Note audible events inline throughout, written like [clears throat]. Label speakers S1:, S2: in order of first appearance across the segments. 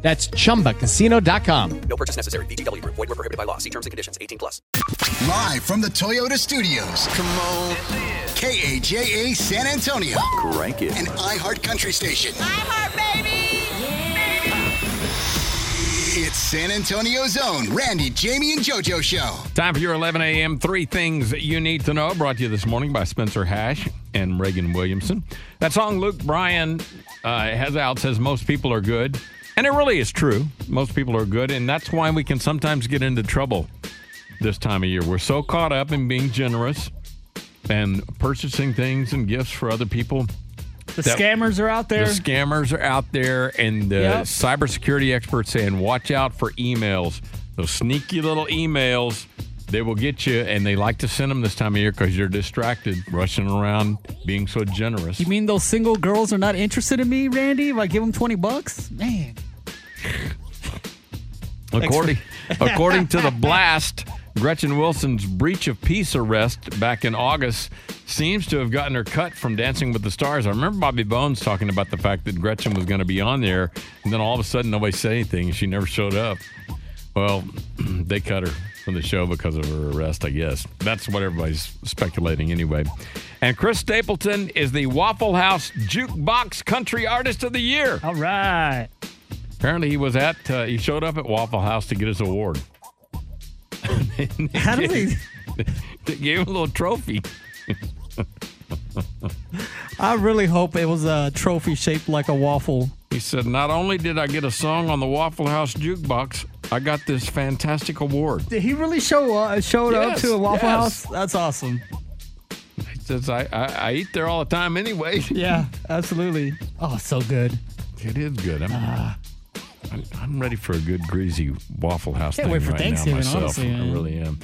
S1: That's chumbacasino.com.
S2: No purchase necessary. VGW Group. Void were prohibited by law. See terms and conditions. 18 plus.
S3: Live from the Toyota Studios. Come on. KAJA San Antonio.
S4: Crank it.
S3: An iHeart Country Station.
S5: iHeart, baby!
S3: It's San Antonio's own Randy, Jamie, and JoJo show.
S6: Time for your 11 a.m. Three things that you need to know. Brought to you this morning by Spencer Hash and Reagan Williamson. That song Luke Bryan uh, has out says most people are good, and it really is true. Most people are good, and that's why we can sometimes get into trouble this time of year. We're so caught up in being generous and purchasing things and gifts for other people.
S7: The
S6: That-
S7: scammers are out there.
S6: The scammers are out there, and the
S7: Yep.
S6: cybersecurity experts saying, watch out for emails. Those sneaky little emails, they will get you, and they like to send them this time of year because you're distracted, rushing around, being so generous.
S7: you mean those single girls are not interested in me, Randy? If I give them 20 bucks? Man.
S6: According, according to the blast, Gretchen Wilson's breach of peace arrest back in August seems to have gotten her cut from Dancing with the Stars. I remember Bobby Bones talking about the fact that Gretchen was going to be on there, and then all of a sudden nobody said anything. She never showed up. Well, [clears throat] they cut her from the show because of her arrest, I guess. That's what everybody's speculating anyway. And Chris Stapleton is the Waffle House Jukebox Country Artist of the Year.
S7: All right.
S6: Apparently, he was at uh, he showed up at Waffle House to get his award.
S7: How do [laughs] they?
S6: They gave him a little trophy.
S7: I really hope it was a trophy shaped like a waffle.
S6: He said, "Not only did I get a song on the Waffle House jukebox, I got this fantastic award."
S7: Did he really show uh, showed
S6: Yes,
S7: up to a Waffle
S6: yes.
S7: House? That's awesome.
S6: He says, "I I, I eat there all the time anyway." [laughs]
S7: Yeah, absolutely. Oh, so good.
S6: It is good. I'm,
S7: Uh-huh.
S6: I- I'm ready for a good greasy Waffle House
S7: Can't
S6: thing
S7: wait for
S6: right
S7: Thanksgiving,
S6: now myself.
S7: honestly,
S6: I
S7: man.
S6: really am.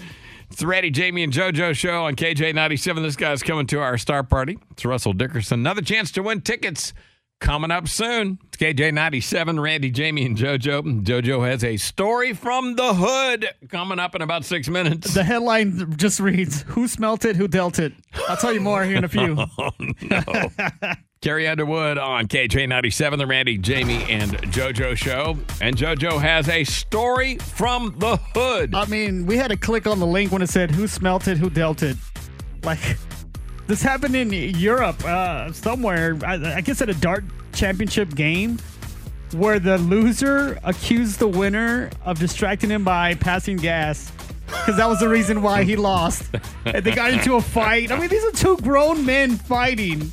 S6: It's the Randy, Jamie, and JoJo show on KJ97. This guy's coming to our star party. It's Russell Dickerson. Another chance to win tickets coming up soon. It's KJ97, Randy, Jamie, and JoJo. And JoJo has a story from the hood coming up in about six minutes.
S7: The headline just reads Who smelt it? Who dealt it? I'll tell you more here in a few. [laughs]
S6: Carrie Underwood on KJ97, the Randy, Jamie, and JoJo show. And JoJo has a story from the hood.
S7: I mean, we had to click on the link when it said who smelt it, who dealt it. Like, this happened in Europe uh, somewhere, I, I guess at a dart championship game, where the loser accused the winner of distracting him by passing gas. Because that was the reason why he lost. And they got into a fight. I mean, these are two grown men fighting.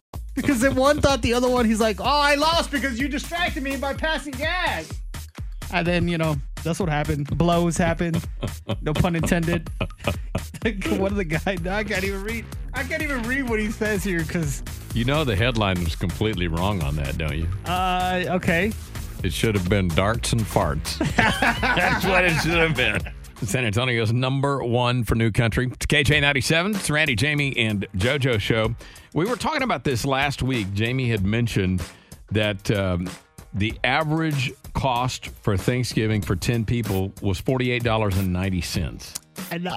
S7: Because then one thought the other one, he's like, oh, I lost because you distracted me by passing gas. And then, you know, that's what happened. Blows happened. No pun intended. [laughs] one of the guy, I can't even read. I can't even read what he says here because,
S6: You know the headline was completely wrong on that, don't you?
S7: uh, okay.
S6: It should have been darts and
S7: [laughs]
S6: farts. That's what it should have been. San Antonio's number one for new country. It's KJ97. It's Randy, Jamie, and JoJo show. We were talking about this last week. Jamie had mentioned that um, the average cost for Thanksgiving for 10 people was $48.90.
S7: And I,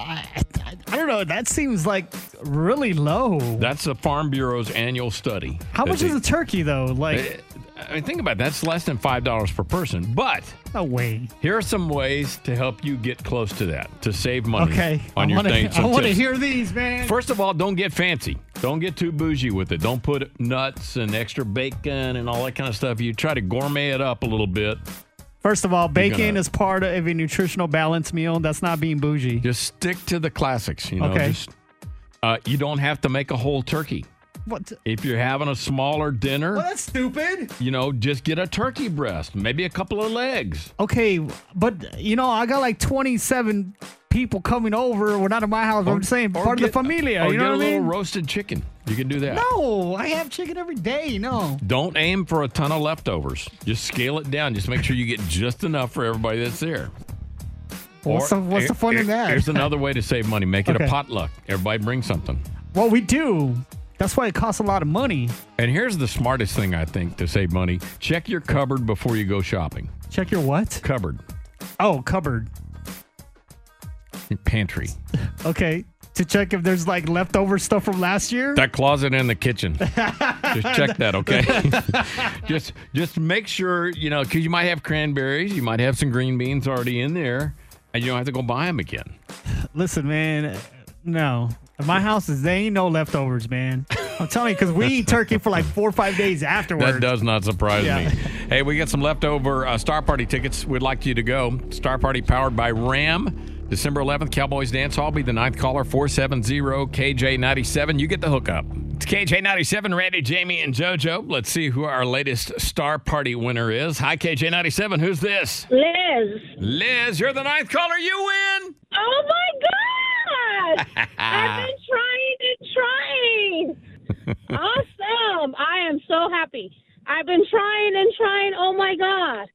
S7: I, I don't know. That seems like really low.
S6: That's the Farm Bureau's annual study.
S7: How
S6: that
S7: much
S6: they-
S7: is a turkey, though? Like,
S6: I mean, think about it. That's less than $5 per person. But
S7: no way.
S6: here are some ways to help you get close to that, to save money
S7: Okay.
S6: Mm. on your
S7: [laughs] I wanna,
S6: things.
S7: I want to hear these, man.
S6: First of all, don't get fancy. Don't get too bougie with it. Don't put nuts and extra bacon and all that kind of stuff. You try to gourmet it up a little bit
S7: First of all, bacon
S6: gonna-
S7: is part of a nutritional balance meal. That's not being bougie.
S6: Just stick to the classics. You know,
S7: Okay.
S6: just uh, you don't have to make a whole turkey.
S7: What?
S6: If you're having a smaller dinner,
S7: Well, that's stupid.
S6: you know, just get a turkey breast, maybe a couple of legs.
S7: Okay, but you know, I got like 27 people coming over. We're not at my house. but I'm saying
S6: Or
S7: part of the
S6: get-
S7: familia.
S6: Or
S7: You
S6: get
S7: know
S6: a
S7: what I
S6: little
S7: mean?
S6: roasted chicken. You can do that.
S7: no, I have chicken every day. No.
S6: Don't aim for a ton of leftovers. Just scale it down. Just make sure you get just enough for everybody that's there.
S7: What's the- what's
S6: here-
S7: the fun in
S6: here-
S7: that?
S6: Here's another way to save money. Make it a
S7: Okay.
S6: potluck. Everybody bring something.
S7: Well, we do. That's why it costs a lot of money.
S6: And here's the smartest thing I think to save money. Check your cupboard before you go shopping.
S7: Check your what?
S6: Cupboard.
S7: Oh, cupboard.
S6: Your pantry.
S7: Okay. To check if there's like leftover stuff from last year.
S6: That closet in the
S7: [laughs]
S6: kitchen. just check that, okay? [laughs] just just make sure, you know, cuz you might have cranberries, you might have some green beans already in there, and you don't have to go buy them again.
S7: Listen, man. No. At My house is they ain't no leftovers, man. I'm telling you, because we eat turkey for like four or five days afterwards.
S6: That does not surprise
S7: Yeah.
S6: me. Hey, we got some leftover uh, Star Party tickets. We'd like you to go. Star Party powered by Ram. December 11th, Cowboys Dance Hall. Be the ninth caller, 470-KJ97. You get the hookup. It's KJ97, Randy, Jamie, and JoJo. Let's see who our latest Star Party winner is. Hi, KJ97. Who's this?
S4: Liz.
S6: Liz, you're the ninth caller. You win.
S4: Oh my gosh!
S8: [laughs]
S4: I've been trying and trying. awesome. I am so happy. I've been trying and trying. Oh my God.